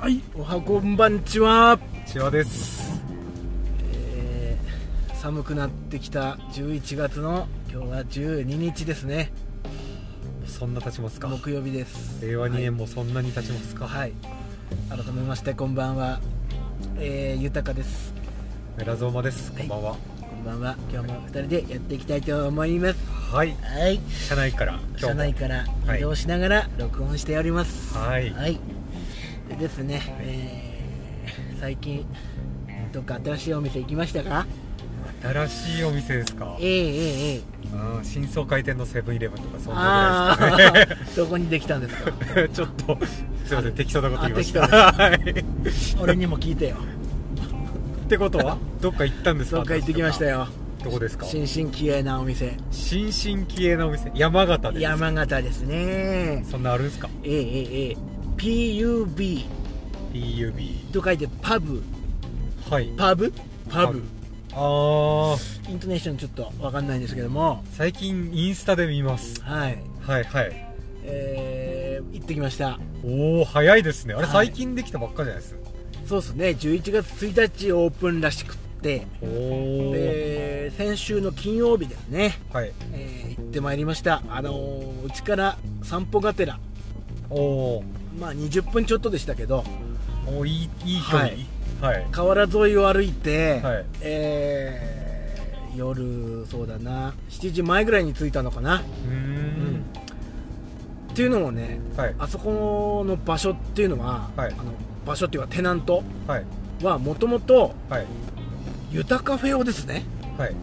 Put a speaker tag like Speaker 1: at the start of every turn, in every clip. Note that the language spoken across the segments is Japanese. Speaker 1: はい、おはこんばんちは、
Speaker 2: 千葉です
Speaker 1: えー寒くなってきた11月の今日は12日ですね
Speaker 2: そんな経ちますか
Speaker 1: 木曜日です
Speaker 2: 令和2年もそんなに経ちますか、
Speaker 1: はい、はい改めましてこんばんは、えー、ゆたかです
Speaker 2: メラゾーマですこんばんは
Speaker 1: こんばんは今日も2人でやっていきたいと思います
Speaker 2: はい
Speaker 1: はい
Speaker 2: 社内から今日も
Speaker 1: 車内から
Speaker 2: はい
Speaker 1: 移動しながら録音しております
Speaker 2: はい
Speaker 1: でですね、えー最近どっか新しいお店行きましたか
Speaker 2: 新しいお店ですか
Speaker 1: えええええ
Speaker 2: うん新装開店のセブンイレブンとかそんな
Speaker 1: あ
Speaker 2: ぐらいですかね
Speaker 1: あー どこにできたんですか
Speaker 2: ちょっとすいません適当なこと言いまし
Speaker 1: あ
Speaker 2: た
Speaker 1: 適当
Speaker 2: はい
Speaker 1: 俺にも聞い てよ
Speaker 2: ってことはどっか行ったんですか
Speaker 1: どっか行ってきましたよ
Speaker 2: どこですか
Speaker 1: 新進気鋭なお店
Speaker 2: 新進気鋭なお店山形です
Speaker 1: 山形ですね
Speaker 2: そんなあるんですか
Speaker 1: ええええええ PUB
Speaker 2: PUB
Speaker 1: と書いてパブ
Speaker 2: はい
Speaker 1: パブパブ
Speaker 2: ああ
Speaker 1: イントネーションちょっと分かんないんですけども
Speaker 2: 最近インスタで見ます
Speaker 1: はい
Speaker 2: はいはい
Speaker 1: えー行ってきました
Speaker 2: おお早いですねあれ
Speaker 1: はい
Speaker 2: 最近できたばっかじゃないです
Speaker 1: そうっすね11月1日オープンらしくって
Speaker 2: おお
Speaker 1: で先週の金曜日ですね、
Speaker 2: はい
Speaker 1: えー行ってまいりましたあのーうちから散歩がてら
Speaker 2: おお
Speaker 1: まあ20分ちょっとでしたけど
Speaker 2: おーいいいい距離
Speaker 1: はい
Speaker 2: はい
Speaker 1: 河原沿いを歩いて、
Speaker 2: はい
Speaker 1: えー夜そうだな7時前ぐらいに着いたのかな
Speaker 2: うーん
Speaker 1: っていうのもね
Speaker 2: はい
Speaker 1: あそこの場所っていうのは、
Speaker 2: はい
Speaker 1: あの場所っていうかテナント
Speaker 2: はい
Speaker 1: はもともと
Speaker 2: はい
Speaker 1: ユタカフェをですね
Speaker 2: はい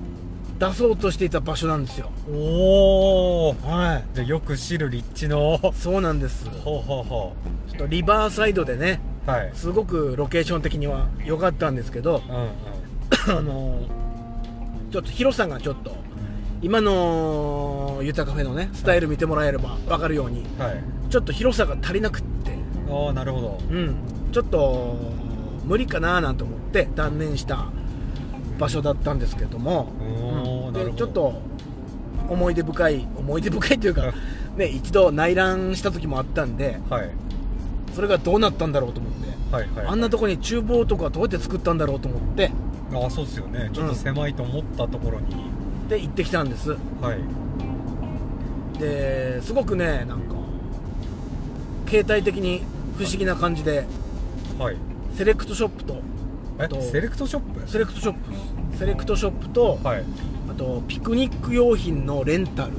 Speaker 1: 出そうとしていた場所なんですよ
Speaker 2: おお
Speaker 1: は
Speaker 2: じゃあよく知る立地の
Speaker 1: いそうなんですちょ
Speaker 2: ほうほうほ
Speaker 1: っとリバーサイドでね
Speaker 2: うはい
Speaker 1: すごくロケーション的には良かったんですけど
Speaker 2: うんうん
Speaker 1: あのちょっと広さがちょっと今のユタカフェのねスタイル見てもらえれば分かるように
Speaker 2: はい
Speaker 1: ちょっと広さが足りなくって
Speaker 2: ああなるほど
Speaker 1: うんちょっと無理かななんて思って断念した場所だったんですけども、
Speaker 2: おー
Speaker 1: うん
Speaker 2: なる
Speaker 1: で
Speaker 2: ほど
Speaker 1: ちょっと思い出深い思い出深いという かね一度内覧した時もあったんで
Speaker 2: はい
Speaker 1: それがどうなったんだろうと思って、
Speaker 2: はいはい
Speaker 1: あんなとこに厨房とかどうやって作ったんだろうと思って
Speaker 2: ああそうですよねちょっと狭いと思ったところに
Speaker 1: で行ってきたんです
Speaker 2: はい
Speaker 1: ですごくねなんか携帯的に不思議な感じで
Speaker 2: はい
Speaker 1: セレクトショップとあと
Speaker 2: えセレクトショップ
Speaker 1: セレクトショップセレクトショップと、
Speaker 2: はいへ
Speaker 1: あとピクニック用品のレンタル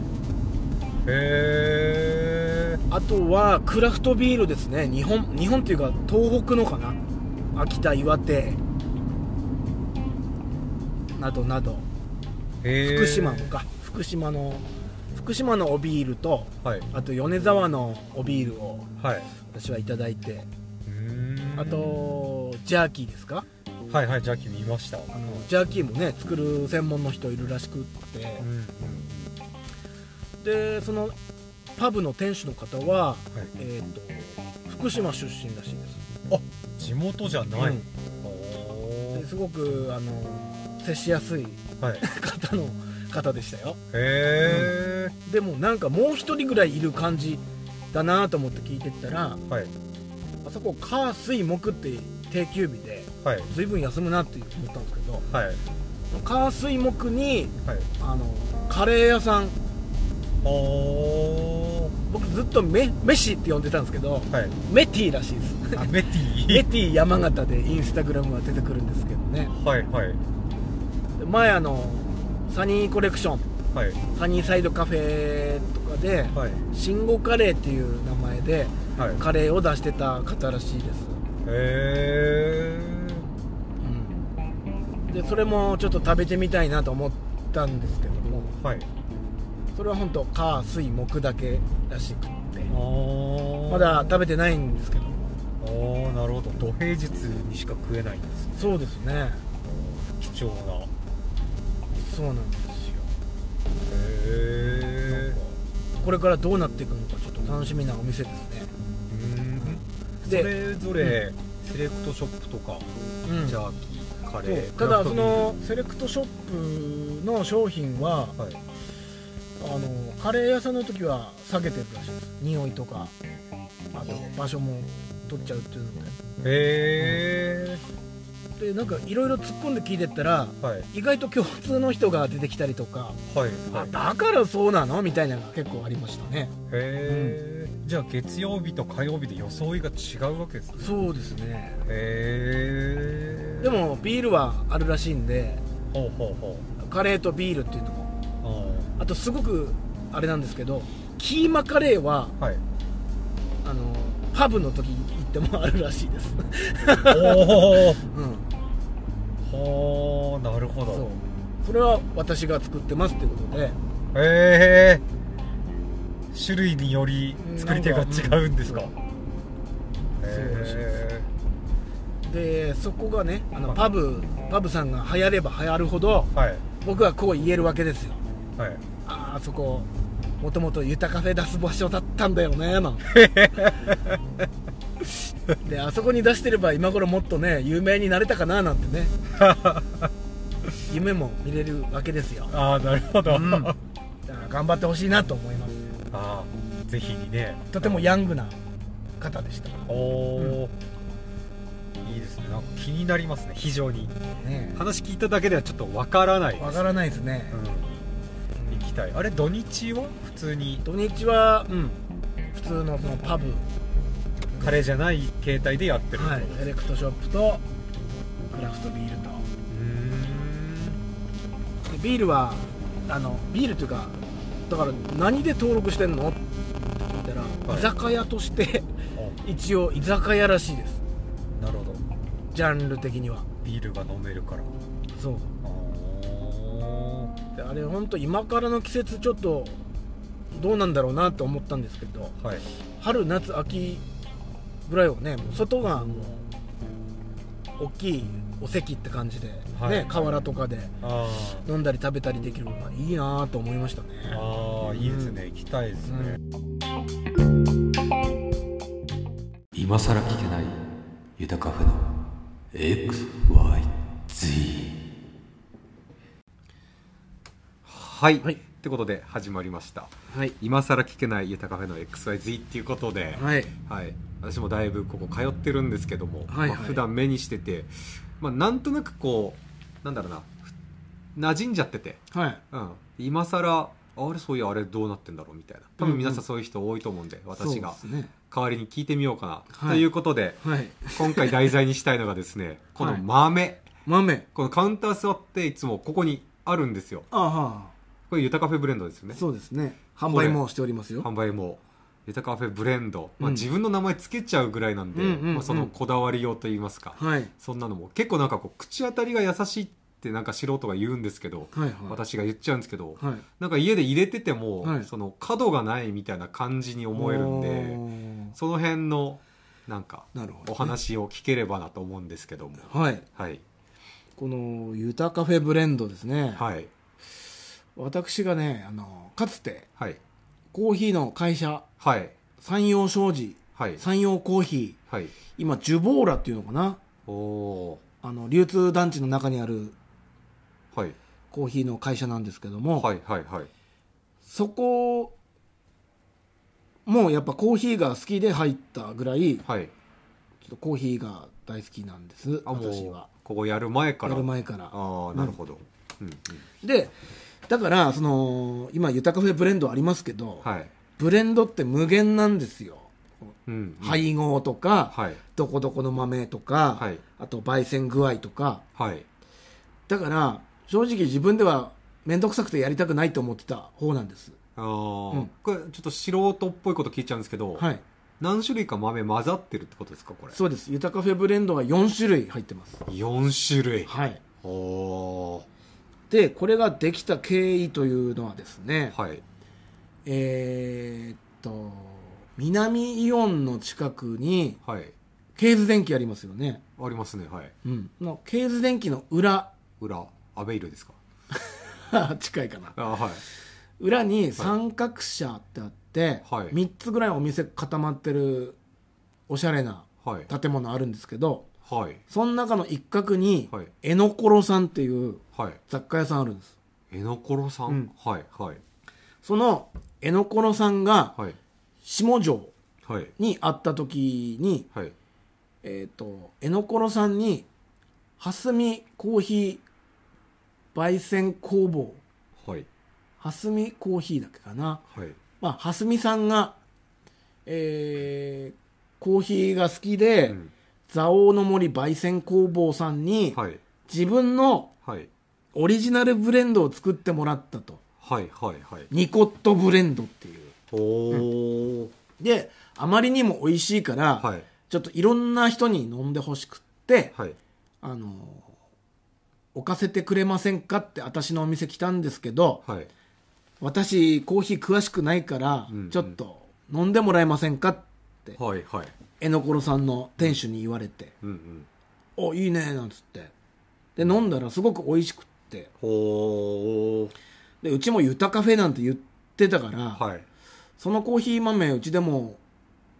Speaker 2: え
Speaker 1: あとはクラフトビールですね日本日本っていうか東北のかな秋田岩手などなど福島のか福島の福島のおビールと
Speaker 2: はい
Speaker 1: あと米沢のおビールを
Speaker 2: はい
Speaker 1: 私はいただいて
Speaker 2: うーん
Speaker 1: あとジャーキーですか
Speaker 2: はいはいジャッキ見ました
Speaker 1: あのジャーキーもね作る専門の人いるらしくって
Speaker 2: うんうん
Speaker 1: でそのパブの店主の方は、
Speaker 2: はい
Speaker 1: えー、と福島出身らしいです
Speaker 2: 地元じゃない、
Speaker 1: うん
Speaker 2: お
Speaker 1: で
Speaker 2: ー
Speaker 1: すごくあの接しやすい
Speaker 2: はいへ
Speaker 1: 方の方でしたよ
Speaker 2: え、
Speaker 1: でもなんかもう一人ぐらいいる感じだなと思って聞いてったら
Speaker 2: はい
Speaker 1: あそこ火水木って定休日で
Speaker 2: はい
Speaker 1: 随分休むなって思ったんですけど
Speaker 2: はい
Speaker 1: 火水木に
Speaker 2: はい
Speaker 1: あのカレー屋さん
Speaker 2: おー
Speaker 1: 僕ずっとメメシって呼んでたんですけど
Speaker 2: はい
Speaker 1: メティらしいです
Speaker 2: あメテ
Speaker 1: メ
Speaker 2: ィ
Speaker 1: ティ山形でインスタグラムは出てくるんですけどね
Speaker 2: はいはい
Speaker 1: で前あのサニーコレクション
Speaker 2: はい
Speaker 1: サニーサイドカフェとかで
Speaker 2: はい
Speaker 1: 慎吾カレーっていう名前で
Speaker 2: はい
Speaker 1: カレーを出してた方らしいです、
Speaker 2: へえ
Speaker 1: うん、でそれもちょっと食べてみたいなと思ったんですけども
Speaker 2: はい
Speaker 1: それは本当火水木だけらしくって
Speaker 2: おー
Speaker 1: まだ食べてないんですけど
Speaker 2: おーなるほど土平日にしか食えないんです
Speaker 1: そうですね
Speaker 2: 貴重なへ
Speaker 1: そうなんですよ
Speaker 2: え
Speaker 1: これからどうなっていくのかちょっと楽しみなお店ですね
Speaker 2: うんそ
Speaker 1: で
Speaker 2: れぞれセレクトショップとか
Speaker 1: うん
Speaker 2: ジャーキーカレ
Speaker 1: そう
Speaker 2: ー
Speaker 1: ただ
Speaker 2: クラ
Speaker 1: そ
Speaker 2: フトビール
Speaker 1: のセレクトショップの商品は
Speaker 2: はい、
Speaker 1: えあのカレー屋さんの時は避けてるらしいです匂いとかあと場所も取っちゃうっていうの
Speaker 2: へ
Speaker 1: ででなんかいろいろ突っ込んで聞いてったら
Speaker 2: えはい
Speaker 1: 意外と共通の人が出てきたりとか、
Speaker 2: はいは
Speaker 1: あ
Speaker 2: い
Speaker 1: だからそうなのみたいなのが結構ありましたね
Speaker 2: へえじゃあ月曜日と火曜日で装いが違うわけですね
Speaker 1: そうですね
Speaker 2: へえ
Speaker 1: でもビールはあるらしいんで
Speaker 2: ほうほうほ
Speaker 1: カレーとビールっていうのも
Speaker 2: うあ
Speaker 1: あとすごくあれなんですけどキーマカレーは
Speaker 2: あはい
Speaker 1: あのパブの時に行ってもあるらしいです
Speaker 2: お
Speaker 1: う
Speaker 2: お
Speaker 1: ん
Speaker 2: ほうなるほ
Speaker 1: そう
Speaker 2: ど
Speaker 1: それは私が作ってますってことで
Speaker 2: へえ種類により作り手が違うんですか
Speaker 1: なんかうんそうそうらしいです
Speaker 2: へ
Speaker 1: でそこがねあの
Speaker 2: はい
Speaker 1: パブパブさんが流行れば流行るほど
Speaker 2: えはい
Speaker 1: 僕はこう言えるわけですよ
Speaker 2: はい
Speaker 1: ああそこもともと「ゆたカフェ」出す場所だったんだよねなん てであそこに出してれば今頃もっとね有名になれたかななんてね 夢も見れるわけですよだか
Speaker 2: ああなるほど、
Speaker 1: うん
Speaker 2: あ
Speaker 1: ら頑張ってほしいなと思います
Speaker 2: あぜひにね
Speaker 1: とてもヤングな方でした
Speaker 2: おお、いいですねなんか気になりますね非常に
Speaker 1: ね
Speaker 2: 話聞いただけではちょっとわからないです
Speaker 1: わからないですね、
Speaker 2: うん、行きたいあれ土日は普通に
Speaker 1: 土日は、うん、普通のそのパブ
Speaker 2: カレーじゃない形態でやってる、
Speaker 1: はい、セレクトショップとクラフトビール
Speaker 2: うー
Speaker 1: とでビールはあのビールというかだから何で登録してんのって聞いたら、
Speaker 2: はい
Speaker 1: 居酒屋として
Speaker 2: ん
Speaker 1: 一応居酒屋らしいです
Speaker 2: あなるほど
Speaker 1: ジャンル的には
Speaker 2: ビールが飲めるから
Speaker 1: そう
Speaker 2: あ
Speaker 1: で
Speaker 2: ー
Speaker 1: あれ本当今からの季節ちょっとどうなんだろうなって思ったんですけど
Speaker 2: はい
Speaker 1: 春夏秋ぐらいはねもう外がもう大きいお席って感じで、
Speaker 2: はい
Speaker 1: ね河原とかで
Speaker 2: あ
Speaker 1: 飲んだり食べたりできるのがいいなと思いましたね
Speaker 2: ーあーいいですね行きたいですね、
Speaker 3: 今さら聞けないユタカフェの XYZ
Speaker 4: はい、
Speaker 1: はい
Speaker 4: ってことで始まりました
Speaker 1: はい
Speaker 4: 今更聞けないゆたカフェの XYZ っていうことで、はい
Speaker 1: はい
Speaker 4: 私もだいぶここ通ってるんですけども、
Speaker 1: はいはい
Speaker 4: まあ普段目にしてて、まあ、なんとなくこうなんだろうな馴染んじゃってて、
Speaker 1: はい
Speaker 4: うん、今更あれそういやあれどうなってんだろうみたいな多
Speaker 1: うんう
Speaker 4: 分
Speaker 1: ん
Speaker 4: 皆さんそういう人多いと思うんで、私が
Speaker 1: そうですね
Speaker 4: 代わりに聞いてみようかな、
Speaker 1: はい
Speaker 4: ということで
Speaker 1: はい
Speaker 4: 今回題材にしたいのがですねこの
Speaker 1: はい
Speaker 4: 豆、
Speaker 1: 豆
Speaker 4: このカウンター座っていつもここにあるんですよ
Speaker 1: あは
Speaker 4: これゆたカフェブレンドですよね
Speaker 1: そうですね販売もしておりますよ
Speaker 4: 販売もユタカフェブレンド、ま
Speaker 1: う
Speaker 4: あ、
Speaker 1: ん
Speaker 4: 自分の名前つけちゃうぐらいなんで、
Speaker 1: うんうんうん
Speaker 4: まあ、そのこだわりようといいますか、
Speaker 1: はい
Speaker 4: そんなのも結構なんかこう口当たりが優しいってなんか素人が言うんですけど、
Speaker 1: はいはい
Speaker 4: 私が言っちゃうんですけど、
Speaker 1: はい
Speaker 4: なんか家で入れてても、
Speaker 1: はい
Speaker 4: その角がないみたいな感じに思えるんで
Speaker 1: ん
Speaker 4: その辺のなんか
Speaker 1: なるほどね
Speaker 4: お話を聞ければなと思うんですけども、
Speaker 1: はい
Speaker 4: はい
Speaker 1: このゆたカフェブレンドですね、
Speaker 4: はい
Speaker 1: 私がねあのかつて
Speaker 4: はい
Speaker 1: コーヒーの会社
Speaker 4: はい
Speaker 1: 山陽商事
Speaker 4: はい
Speaker 1: 山陽コーヒー
Speaker 4: はい
Speaker 1: 今ジュボーラっていうのかな
Speaker 4: おお
Speaker 1: あの流通団地の中にある
Speaker 4: ーはい
Speaker 1: コーヒーの会社なんですけども、
Speaker 4: はいはいはい
Speaker 1: そこもうやっぱコーヒーが好きで入ったぐらいちょ
Speaker 4: はい
Speaker 1: っとコーヒーが大好きなんです
Speaker 4: あも
Speaker 1: 私
Speaker 4: う
Speaker 1: は
Speaker 4: ここやる前か
Speaker 1: や
Speaker 4: ら
Speaker 1: る前から
Speaker 4: ああなるほど、うんうん
Speaker 1: でだからその今豊カフェブレンドありますけど、
Speaker 4: はい、
Speaker 1: ブレンドって無限なんですよ
Speaker 4: うんうん
Speaker 1: 配合とか、
Speaker 4: はい
Speaker 1: どこどこの豆とか、
Speaker 4: はい
Speaker 1: あと焙煎具合とか
Speaker 4: はい
Speaker 1: だから正直自分では面倒くさくてやりたくないと思ってた方なんです
Speaker 4: あー、
Speaker 1: うん
Speaker 4: これちょっと素人っぽいこと聞いちゃうんですけど、
Speaker 1: はい
Speaker 4: 何種類か豆混ざってるってことですかこれ
Speaker 1: そうです豊カフェブレンドは4種類入ってます
Speaker 4: 4種類
Speaker 1: はい
Speaker 4: おお
Speaker 1: でこれができた経緯というのはですね、
Speaker 4: ーはい
Speaker 1: えーっと南イオンの近くに
Speaker 4: はい
Speaker 1: ケーズ電機ありますよね、
Speaker 4: ありますねはい
Speaker 1: うん、のケーズ電機の裏
Speaker 4: 裏アベイルですか
Speaker 1: 近いかな
Speaker 4: あーはい
Speaker 1: 裏に三角社ってあって、
Speaker 4: はい
Speaker 1: 3つぐらいお店固まってるおしゃれな
Speaker 4: はい
Speaker 1: 建物あるんですけど
Speaker 4: はい
Speaker 1: その中の一角に
Speaker 4: はい
Speaker 1: えのころさんっていう
Speaker 4: はい
Speaker 1: 雑貨屋さんあるんです
Speaker 4: えのころさん、
Speaker 1: うん
Speaker 4: はいはい
Speaker 1: そのえのこのさんが
Speaker 2: はい
Speaker 1: 下城
Speaker 2: はい
Speaker 1: に会った時に、
Speaker 2: はい
Speaker 1: えっ、と、えのこのさんに、はすみコーヒー焙煎工房、
Speaker 2: はい
Speaker 1: はすみコーヒーだっけかな。
Speaker 2: はい
Speaker 1: まあ、はすみさんが、えー、コーヒーが好きで、
Speaker 2: うん
Speaker 1: 蔵王の森焙煎工房さんに、
Speaker 2: はい
Speaker 1: 自分の
Speaker 2: はい
Speaker 1: オリジナルブレンドを作ってもらったと。
Speaker 2: はいはいはい
Speaker 1: ニコットブレンドっていう。
Speaker 2: おお
Speaker 1: で、あまりにも美味しいから、
Speaker 2: はい
Speaker 1: ちょっといろんな人に飲んでほしくって、
Speaker 2: はい
Speaker 1: あの置かせてくれませんかって私のお店来たんですけど、
Speaker 2: はい
Speaker 1: 私コーヒー詳しくないから、
Speaker 2: うんうん
Speaker 1: ちょっと飲んでもらえませんかって、
Speaker 2: はいはい
Speaker 1: えのころさんの店主に言われて、
Speaker 2: うんうん
Speaker 1: お、いいね、なんつって。で、飲んだらすごく美味しくって。
Speaker 2: ほー
Speaker 1: で、うちもゆたカフェなんて言ってたから、
Speaker 2: はい
Speaker 1: そのコーヒー豆うちでも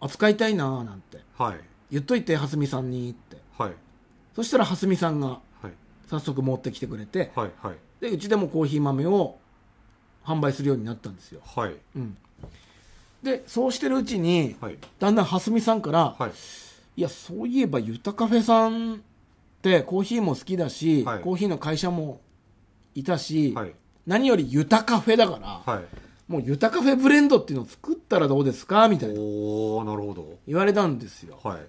Speaker 1: 扱いたいなーなんて。
Speaker 2: はい
Speaker 1: 言っといて、はすみさんにって。
Speaker 2: はい
Speaker 1: そしたらはすみさんが
Speaker 2: はい
Speaker 1: 早速持ってきてくれて、
Speaker 2: はいはい
Speaker 1: で、うちでもコーヒー豆を販売するようになったんですよ。
Speaker 2: はい
Speaker 1: うん。で、そうしてるうちに、
Speaker 2: はい
Speaker 1: だんだんはすみさんから、
Speaker 2: はい
Speaker 1: いや、そういえばゆたカフェさんってコーヒーも好きだし、
Speaker 2: はい
Speaker 1: コーヒーの会社もいたし、
Speaker 2: はい
Speaker 1: 何よりゆたカフェだから、
Speaker 2: はい
Speaker 1: もうゆたカフェブレンドっていうのを作ったらどうですかみたいな
Speaker 2: おおなるほど
Speaker 1: 言われたんですよ。
Speaker 2: はい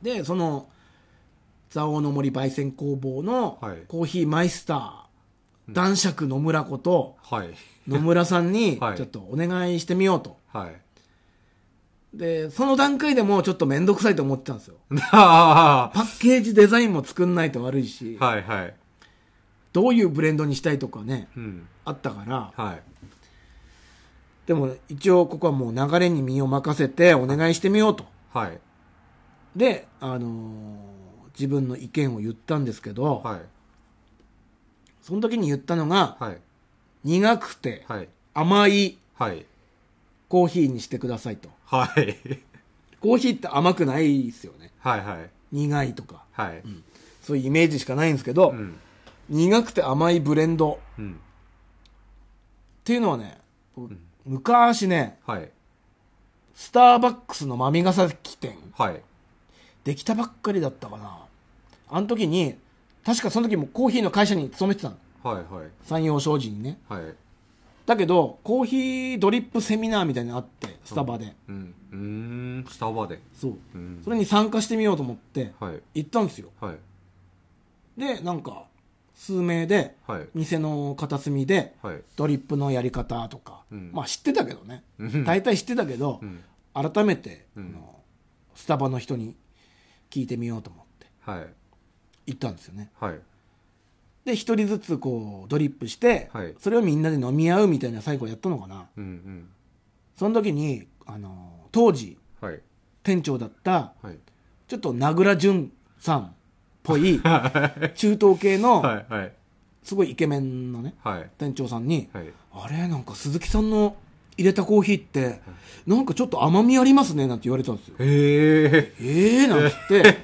Speaker 1: で、その、蔵王の森焙煎工房の
Speaker 2: はい
Speaker 1: コーヒーマイスター、男爵野村こと
Speaker 2: はい
Speaker 1: 野村さんに
Speaker 2: はい
Speaker 1: ちょっとお願いしてみようと。
Speaker 2: はい
Speaker 1: で、その段階でもうちょっとめんどくさいと思ってたんですよ。
Speaker 2: あ
Speaker 1: パッケージデザインも作んないと悪いし、
Speaker 2: ーはいはい
Speaker 1: どういうブレンドにしたいとかね、
Speaker 2: うん
Speaker 1: あったから、
Speaker 2: はい
Speaker 1: でも一応ここはもう流れに身を任せてお願いしてみようと。
Speaker 2: はい
Speaker 1: で、あのー自分の意見を言ったんですけど、
Speaker 2: はい
Speaker 1: その時に言ったのが、
Speaker 2: はい
Speaker 1: 苦くて
Speaker 2: はい
Speaker 1: 甘い
Speaker 2: はい
Speaker 1: コーヒーにしてくださいと。
Speaker 2: はい
Speaker 1: コーヒーって甘くないですよね。
Speaker 2: はいはい
Speaker 1: 苦いとか、
Speaker 2: はい
Speaker 1: そういうイメージしかないんですけど、
Speaker 2: うん
Speaker 1: 苦くて甘いブレンドっ
Speaker 2: うん
Speaker 1: ていうのはね、僕昔ね、
Speaker 2: はい
Speaker 1: スターバックスの豆ヶ崎店、
Speaker 2: はい
Speaker 1: できたばっかりだったかな。あの時に、確かその時もコーヒーの会社に勤めてたの。
Speaker 2: はいはい
Speaker 1: 山陽商事にね。
Speaker 2: はい
Speaker 1: だけど、コーヒードリップセミナーみたいなのあって、スタバで。
Speaker 2: うんうーんスタバで
Speaker 1: そう。
Speaker 2: うん
Speaker 1: それに参加してみようと思って、
Speaker 2: はい
Speaker 1: 行ったんですよ。
Speaker 2: はい
Speaker 1: で、なんか、数名で、
Speaker 2: はい
Speaker 1: 店の片隅で、
Speaker 2: はい
Speaker 1: ドリップのやり方とか、
Speaker 2: うん
Speaker 1: まあ知ってたけどね。
Speaker 2: うん
Speaker 1: 大体知ってたけど、
Speaker 2: うん
Speaker 1: 改めて、
Speaker 2: うん
Speaker 1: あのスタバの人に聞いてみようと思って、
Speaker 2: はい
Speaker 1: 行ったんですよね。
Speaker 2: はい
Speaker 1: で、一人ずつこう、ドリップして、
Speaker 2: はい
Speaker 1: それをみんなで飲み合うみたいな最後やったのかな。
Speaker 2: うんうん
Speaker 1: その時に、あの、当時、
Speaker 2: はい
Speaker 1: 店長だった、
Speaker 2: はい
Speaker 1: ちょっと名倉淳さんっぽ い、中東系の、
Speaker 2: はいはい
Speaker 1: すごいイケメンのね、
Speaker 2: はい
Speaker 1: 店長さんに、
Speaker 2: はい
Speaker 1: あれなんか鈴木さんの入れたコーヒーって、なんかちょっと甘みありますね、なんて言われたんですよ。
Speaker 2: へえ
Speaker 1: ええー、なんつって、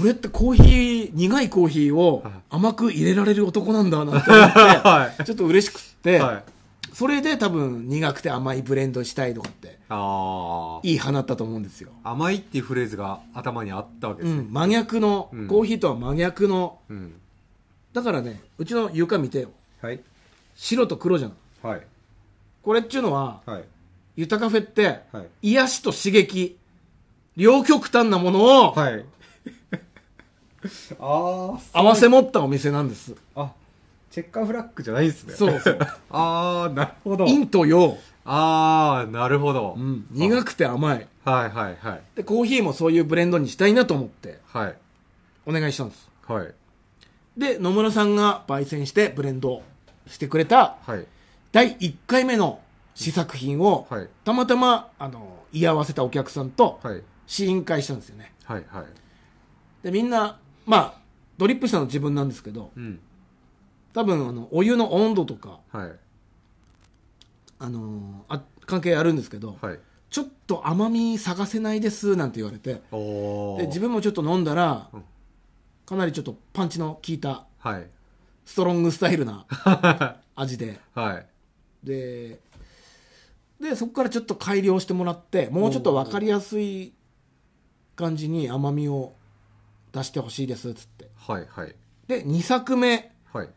Speaker 1: 俺ってコーヒー、苦いコーヒーを甘く入れられる男なんだ、なんて思って、
Speaker 2: は
Speaker 1: ちょっと嬉しくって、
Speaker 2: いはい
Speaker 1: それで多分苦くて甘いブレンドしたいとかって、
Speaker 2: あー
Speaker 1: いい花だったと思うんですよ。
Speaker 2: 甘いっていうフレーズが頭にあったわけ
Speaker 1: う
Speaker 2: ですね
Speaker 1: ん、真逆の、
Speaker 2: うん
Speaker 1: コーヒーとは真逆の、
Speaker 2: うん
Speaker 1: だからね、うちの床見てよ。
Speaker 2: はい
Speaker 1: 白と黒じゃん。
Speaker 2: はい
Speaker 1: これっちゅうのは、
Speaker 2: はい
Speaker 1: ゆたカフェって、
Speaker 2: はい
Speaker 1: 癒しと刺激、両極端なものを
Speaker 2: はい あ
Speaker 1: 合わせ持ったお店なんです。
Speaker 2: ああチェッカーフラッグじゃないんですね
Speaker 1: そう そう。
Speaker 2: ああなるほど
Speaker 1: 陰と陽、
Speaker 2: ああなるほど、
Speaker 1: うん、苦くて甘い。
Speaker 2: はいはいはい
Speaker 1: で、コーヒーもそういうブレンドにしたいなと思って、
Speaker 2: はい
Speaker 1: お願いしたんです。
Speaker 2: はい
Speaker 1: で、野村さんが焙煎してブレンドをしてくれた
Speaker 2: はい
Speaker 1: 第1回目の試作品を、
Speaker 2: はい
Speaker 1: たまたま、あの、居合わせたお客さんと、
Speaker 2: はい
Speaker 1: 試飲会したんですよね。
Speaker 2: はいはい
Speaker 1: で、みんな、まあ、ドリップしたの自分なんですけど、
Speaker 2: うん
Speaker 1: 多分、あの、お湯の温度とか、
Speaker 2: はい
Speaker 1: あのーあ、関係あるんですけど、
Speaker 2: はい
Speaker 1: ちょっと甘み探せないです、なんて言われて、
Speaker 2: おお
Speaker 1: で、自分もちょっと飲んだら
Speaker 2: ん、
Speaker 1: かなりちょっとパンチの効いた、
Speaker 2: はい
Speaker 1: ストロングスタイルな味で、
Speaker 2: はい
Speaker 1: ででそこからちょっと改良してもらってもうちょっと分かりやすい感じに甘みを出してほしいですっつって
Speaker 2: はいはい
Speaker 1: で2作目
Speaker 2: はい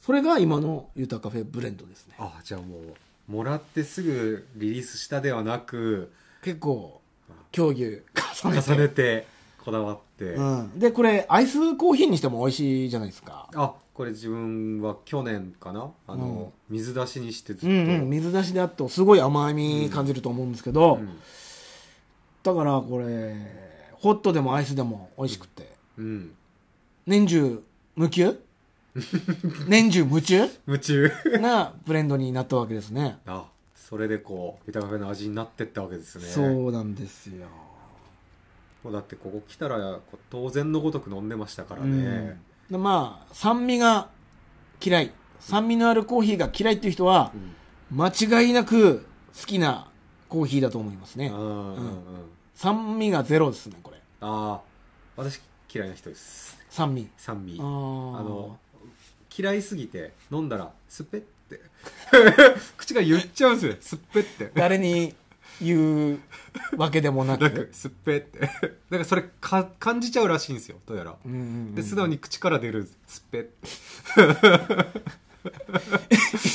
Speaker 1: それが今のユタカフェブレンドですね
Speaker 2: あじゃあもうもらってすぐリリースしたではなく
Speaker 1: 結構競技重ねて
Speaker 2: 重ねてこだわって、
Speaker 1: うん、でこれアイスコーヒーにしても美味しいじゃないですか
Speaker 2: あこれ自分は去年かなあの、水出しにしてずっと、
Speaker 1: うんうん水出しであってすごい甘み感じると思うんですけど、
Speaker 2: ん
Speaker 1: だからこれホットでもアイスでも美味しくて
Speaker 2: うん
Speaker 1: 年中無 休年中無中
Speaker 2: 夢中
Speaker 1: なブレンドになったわけですね
Speaker 2: あそれでこう豊かの味になってったわけですね
Speaker 1: そうなんですよ
Speaker 2: もうだってここ来たらこう当然のごとく飲んでましたからね、
Speaker 1: でまあ酸味が嫌い酸味のあるコーヒーが嫌いっていう人は
Speaker 2: うん
Speaker 1: 間違いなく好きなコーヒーだと思いますね
Speaker 2: あーうんうん
Speaker 1: 酸味がゼロですねこれ
Speaker 2: あー私嫌いな人です
Speaker 1: 酸味
Speaker 2: 酸味
Speaker 1: あ
Speaker 2: あ
Speaker 1: の
Speaker 2: の嫌いすぎて飲んだらすっぺって 口が言っちゃうんですよすっぺって
Speaker 1: 誰に言うわけでもな
Speaker 2: な
Speaker 1: く
Speaker 2: んかすっぺって だからそれか感じちゃうらしいんですよどうやら
Speaker 1: うんうんうん
Speaker 2: で素直に口から出るすっぺって